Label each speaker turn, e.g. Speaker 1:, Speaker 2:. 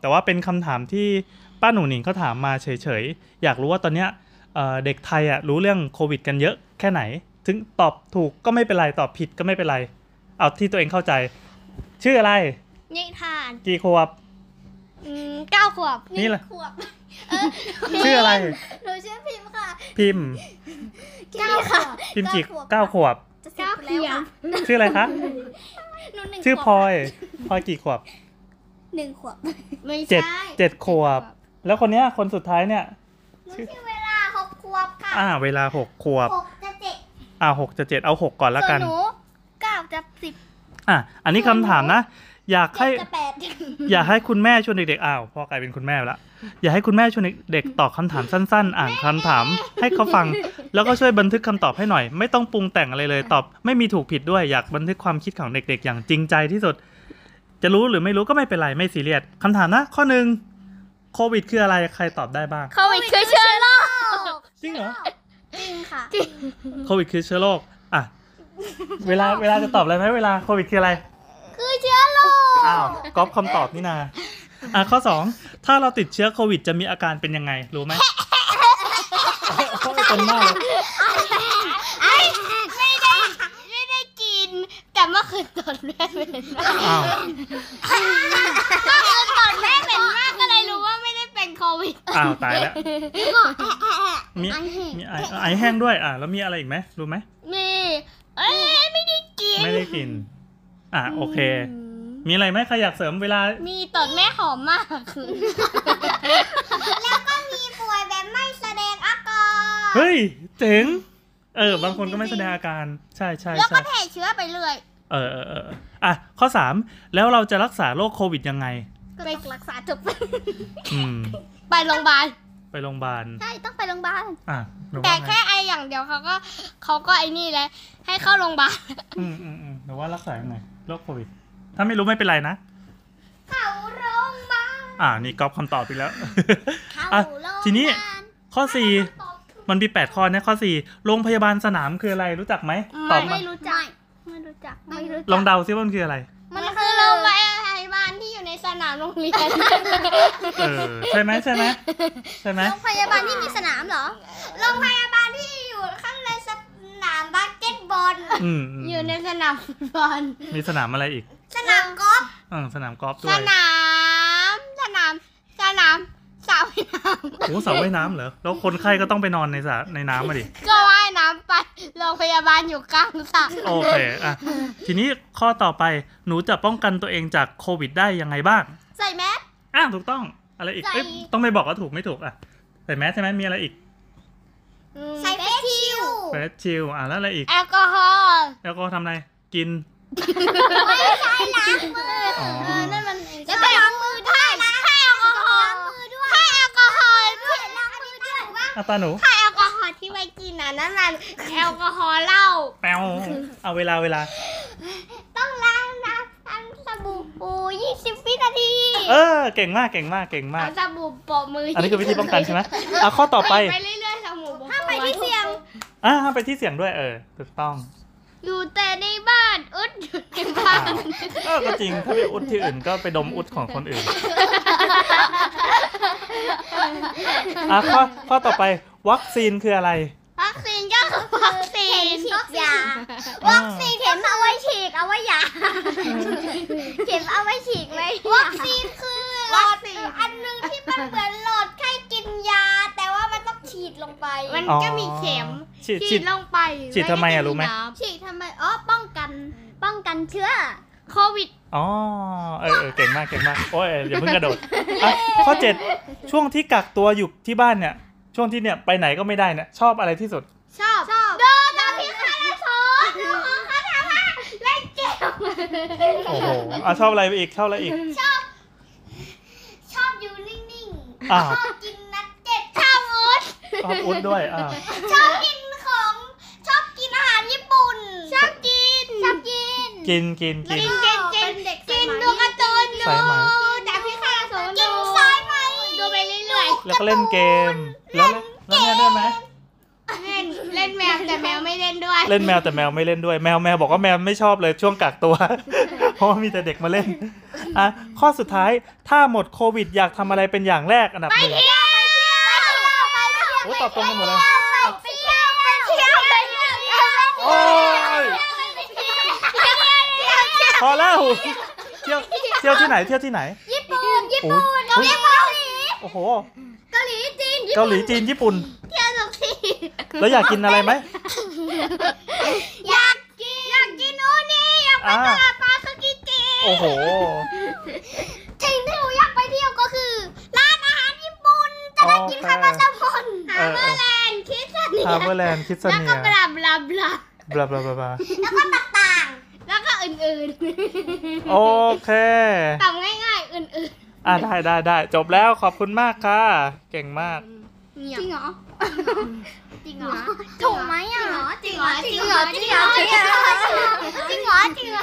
Speaker 1: แต่ว่าเป็นคำถามที่ป้าหนูหนิงเขาถามมาเฉยๆ อยากรู้ว่าตอนเนี้ยเอ่อเด็กไทยอ่ะรู้เรื่องโควิดกันเยอะแค่ไหน ถึงตอบถูกก็ไม่เป็นไร ตอบผิดก็ไม่เป็นไร เอาที่ตัวเองเข้าใจ ชื่ออะไร
Speaker 2: นิทาน
Speaker 1: กี่ขวบ
Speaker 2: อืมเก้าขวบ
Speaker 1: นี่แหละ
Speaker 2: ขวบ
Speaker 1: ชื่ออะไร
Speaker 2: หนูชื่อพิมพ์ค่ะ
Speaker 1: พิมพ์
Speaker 2: เก้าค่ะ
Speaker 1: พิมพ์กี่
Speaker 2: เก้าขวบ
Speaker 1: เก้าขวบ
Speaker 2: จะสิบแล้วค่ะ
Speaker 1: ชื่ออะไรคะ
Speaker 2: หนูหนึ่ง
Speaker 1: ชื่อ
Speaker 2: ขวบ
Speaker 1: พลอยพลอยกี่ขวบ
Speaker 2: หนึ่งขวบไม่
Speaker 1: เจ็ด
Speaker 2: ใช่
Speaker 1: เจ็ดขวบ แล้วคนเนี้ยคนสุดท้ายเนี่ย
Speaker 2: หนูชื่อเวลาหกขวบค่ะ
Speaker 1: อ่า เวลาหกขวบ
Speaker 2: หกจะเจ็ด
Speaker 1: อ่าหกจะเจ็ดเอาหกก่อนละ
Speaker 2: ส่
Speaker 1: กั
Speaker 2: วน
Speaker 1: น
Speaker 2: หนูเก้าจะสิบ
Speaker 1: อ่ะอันนี้คำถามนะ อยาก
Speaker 2: เจ็
Speaker 1: ให้
Speaker 2: ดจะแปด
Speaker 1: อยากให้คุณแม่ชวนเด็กๆ อ้าวพ่อกลายเป็นคุณแม่แล้ว อยากให้คุณแม่ชวนเด็กๆ ตอบคำถามสั้นๆ อ่านคำถามให้เขาฟัง แล้วก็ช่วยบันทึกคำตอบให้หน่อย ไม่ต้องปรุงแต่งอะไรเลย ตอบ ไม่มีถูกผิดด้วย อยากบันทึกความคิดของเด็กๆ อย่างจริงใจที่สุด จะรู้หรือไม่รู้ก็ไม่เป็นไร ไม่ซีเรียสคำถามนะ ข้อหนึ่งโควิดคืออะไร ใครตอบได้บ้าง
Speaker 3: โควิดคือเชื้อโรค
Speaker 1: จริงเหรอ
Speaker 2: จริงค่ะ
Speaker 1: โควิดคือเชื้อโรค อ่ะ เวลา เวลาจะตอบอะไรไหมเวลาโควิดคืออะไร
Speaker 2: คือเชื้อโรค
Speaker 1: อ้าวก๊อปคำตอบนี่นา อ่ะข้อสองถ้าเราติดเชื้อโควิดจะมีอาการเป็นยังไง รู้ไหม โอ้ยเป็นมากเลย
Speaker 2: ไม่ได้ไม่ได้กิน แต่เมื่อคืนตอนแรกเป็น
Speaker 1: อ้าว
Speaker 2: ก็คือตอนแม่เป็นมากก็เลยรู้ว่าไม่ได้เป็นโควิด
Speaker 1: อ้าวตายแล้วมีมีไอไอแห้งด้วยอ่ะแล้วมีอะไรอีกไหมรู้ไหม
Speaker 2: มีเอ้ยไม่ได้กิน
Speaker 1: ไม่ได้กิน อ่ะโอเค มีอะไรไหมใครอยากเสริมเวลา
Speaker 2: มีตอนแม่หอมมากแล้วก็มีป่วยแบบไม่แสดงอาการ
Speaker 1: เฮ้ยเจ๋งเออบางคนก็ไม่แสดงอาการใช่ใช่
Speaker 2: แล้ว
Speaker 1: ใช่
Speaker 2: ก็แพร่เชื้อไปเรื่อย
Speaker 1: เออเออเอออ่ะข้อสามแล้วเราจะรักษาโรคโควิดยังไง
Speaker 2: ไปรักษาจบ
Speaker 1: อืม
Speaker 2: ไปโรงพยาบาล
Speaker 1: ไปโรงพยาบาล
Speaker 2: ใช่ต้องไปโรงพยาบาล
Speaker 1: อ่ะหนูว่า
Speaker 2: แต่
Speaker 1: ไง
Speaker 2: แค่ไออย่างเดียวเขาก็เขาก็ไอนี่แหละให้เข้าโรงพยาบาล
Speaker 1: อืมอืมอืมแต่ว่ารักษายังไงโรคโควิด ถ้าไม่รู้ไม่เป็นไรนะ
Speaker 2: เข้าโรงพยาบาล
Speaker 1: อ่า นี่ก๊อปคำตอบไป แล้ว
Speaker 2: เข้า
Speaker 1: อ่ะ
Speaker 2: โรงพยาบาล
Speaker 1: ทีนี้ ข้อสี่มันมีแปดข้อนะข้อสี่โรงพยาบาลสนามคืออะไรรู้จักไหมต
Speaker 2: ไม่
Speaker 1: อบมา
Speaker 2: ไม่รู้จักไม่รู้จักไม่รู้จัก
Speaker 1: ลองเดาซิว่ามันคืออะไร
Speaker 2: มันคือโรงพยาบาลที่อยู่ในสนามโรงเรียน
Speaker 1: เออ ใช่ไหมใช่ไห มใช่ไหม
Speaker 2: โรงพยาบาลที่มีสนามเหรอ โรงพยาบาลที่อยู่ข้างในสนามบาสเกตบอล
Speaker 1: อืมอืม
Speaker 2: อยู่ในสนามฟุตบอล
Speaker 1: มีสนามอะไรอีก
Speaker 2: สนามกอล์ฟ
Speaker 1: อืมสนามกอล์ฟด้
Speaker 2: ส
Speaker 1: วย
Speaker 2: นาม สนาม สนามสระว่ายน้
Speaker 1: โอ้เสาว่ายน้ำเหรอ แล้วคนไข้ก็ต้องไปนอนในสระในน้ำมาดิ
Speaker 2: ำก็ว่ายน้ำไป โรงพยาบาลอยู่กลางสระ
Speaker 1: โอเค อ่ะ ทีนี้ข้อต่อไปหนูจะป้องกันตัวเองจากโควิดได้ยังไงบ้าง
Speaker 2: ใส่แมส
Speaker 1: อ่ะถูกต้องอะไรอีกเอ้ย
Speaker 2: ใส่
Speaker 1: ต้องไปบอกว่าถูกไม่ถูกอ่ะใส่แมสใช่ไหมมีอะไรอีก
Speaker 2: ใส่เฟสชิล
Speaker 1: เฟสชิลอ่ะแล้วอะไรอีก
Speaker 2: แอลกอฮอล์
Speaker 1: แล้วก็ทำอะไรกิน
Speaker 2: เออนั่นมัน
Speaker 3: แล้
Speaker 2: แล้ว
Speaker 3: ว
Speaker 2: ก็
Speaker 3: ก็
Speaker 2: ล้างมือด้วยล้างแอลกอฮอล์ให้แอลกอฮอล์ด้วยล้างมือด้วย
Speaker 1: อ่ะตาหนู
Speaker 2: ถ้าแอลกอฮอล์ที่ไว้กินน่ะนั่นมันแอลกอฮอล์เหล้า
Speaker 1: แปวเอาเวลาเวลา
Speaker 2: ต้องล้างน้ำล้างสบู่ปู20วินาที
Speaker 1: เออ เก่งมากเก่งมากเก่งมาก
Speaker 2: เอาสบู่โปะมือ
Speaker 1: อัน
Speaker 2: อั
Speaker 1: นี้คือวิธีป้องกันใช่ไหมอ่ะข้อต่อไป
Speaker 2: ไปเรื่อยๆสบู่โปะถ้าไปที่เสี่ยง
Speaker 1: อ่ะห้ามไปที่เสียงด้วยเออถูกต้อง
Speaker 2: อยู่แต่ในบ้านอุดอยู่ในบ้า
Speaker 1: อ่ะ
Speaker 2: น
Speaker 1: เออก็จริงถ้าไปอุดที่อื่นก็ไปดมอุดของคนอื่นอ่ะข้อข้อต่อไปวัคซีนคืออะไร
Speaker 2: วัคซีนก็คือวัคซีน
Speaker 3: ฉีดยา
Speaker 1: อ่า
Speaker 2: เข็มเอาไว้ฉีกเอาไว้ยาเข็มเอาไว้ฉีกไว้วัคซีนคือหลอดอันหนึงที่มันเหมือนหลอดไข้กินยา แต่ว่ามันต้องฉีดลงไป มันก็มีเข็ม
Speaker 1: ฉีด
Speaker 2: ฉี
Speaker 1: ฉี
Speaker 2: ด
Speaker 1: ด
Speaker 2: ลงไป
Speaker 1: ฉีดทำไมอะรู้ไหม
Speaker 2: ฉีดทำไมอ๋อป้องกัน ป้องกันเชื้อโควิด
Speaker 1: อ๋อเออเออเก่งมากเก่งมากโอ้ยเอออย่าเพิ่งกระโดดอ่ะข้อเจ็ดช่วงที่กักตัวอยู่ที่บ้านเนี่ย ช่วงที่เนี่ยไปไหนก็ไม่ได้เนี่ยชอบอะไรที่สุด
Speaker 2: ชอบชอบดูดูพี่คาราโซดูของเขาถามว่าเล่นเกม
Speaker 1: โอ้โหอ่ะชอบอะไรไปอีกชอบอะไรอีก
Speaker 2: ชอบอยู่นิ่ง
Speaker 1: อ้าว
Speaker 2: ชอบกินนัดเจ็ดชอบอุด
Speaker 1: ชอบอุ้นด้วยอ่า
Speaker 2: ชอบกินของ ชอบกินอาหารญี่ปุ่น ชอบกินชอบกิน
Speaker 1: กินกินกิน
Speaker 2: กินกินกินกินดูการ์ตูนดู
Speaker 1: สายไหม
Speaker 2: แต่พี่คาราโซกินซ้ายไหมดูไปเรื่อยๆ
Speaker 1: แล้วก็เล่นเกม แล้วแล้วเนี่ยด้วยไหม
Speaker 2: เล่นเล่นแมวแต่แมวไม่เล่นด้วย
Speaker 1: เล่นแมวแต่แมวไม่เล่นด้วยแมวแมวบอกว่าแมวไม่ชอบเลยช่วงกักตัว เพราะว่ามีแต่เด็กมาเล่นอ่ะข้อสุดท้ายถ้าหมดโควิด อยากทำอะไรเป็นอย่างแรกอันดับหนึ่ง โอ้ตอบตรงกันหมดเลย
Speaker 2: ไปเที่ยวไปเที่ยวไปเที่ยวไปเที่ยว
Speaker 1: โอ้ยพอแล้วเที่ยวเที่ยวที่ไหนเที่ยวที่ไหน
Speaker 2: ญี่ปุ่นญี่
Speaker 1: โอ้
Speaker 2: ปุ่
Speaker 1: ย
Speaker 2: นเกาหลีเกาหลี
Speaker 1: โอ้โห
Speaker 2: เกาหลีจีนญี่ปุ่น
Speaker 1: เกาหลีจีนญี่ปุ่น
Speaker 2: เที่ยวทุกที่
Speaker 1: แล้วอยากกินอะไรไหม
Speaker 2: อยากกินอยากกินโอนี่อยากไป
Speaker 1: อ่า
Speaker 2: ตลาดปลาสกิจิ
Speaker 1: โอ้โห
Speaker 2: สิ่งที่หนูอยากไปเที่ยวก็คือร้านอาหารญี่ปุ่นจะได้กิน
Speaker 1: โอเค
Speaker 2: ข้าวมันสมอน
Speaker 1: เอ
Speaker 2: ฮา
Speaker 1: อ
Speaker 2: ร์
Speaker 1: เอ
Speaker 2: เบอ
Speaker 1: อ
Speaker 2: ร์แลนด์คิสเนีย
Speaker 1: ฮาร์เบอร์แลนด์คิดเส
Speaker 2: แล้ว
Speaker 1: เนี
Speaker 2: ก็
Speaker 1: ย
Speaker 2: บลาบลาบลา
Speaker 1: บลาบลาบลาบลา
Speaker 2: แล้วก็ต่างๆแล้วก็อื่นๆ
Speaker 1: โอเค
Speaker 2: ต่ำง่ายๆอื่นๆ
Speaker 1: อ่ะได้ได้ได้จบแล้วขอบคุณมากค่ะ เก่งมาก
Speaker 2: จริงเหรอ จริงเหรอ ถูกไหมอ่ะ จริงเหรอ จริงเหรอ จริงเหรอ จริงเหรอ จริงเหรอ จริงเหรอ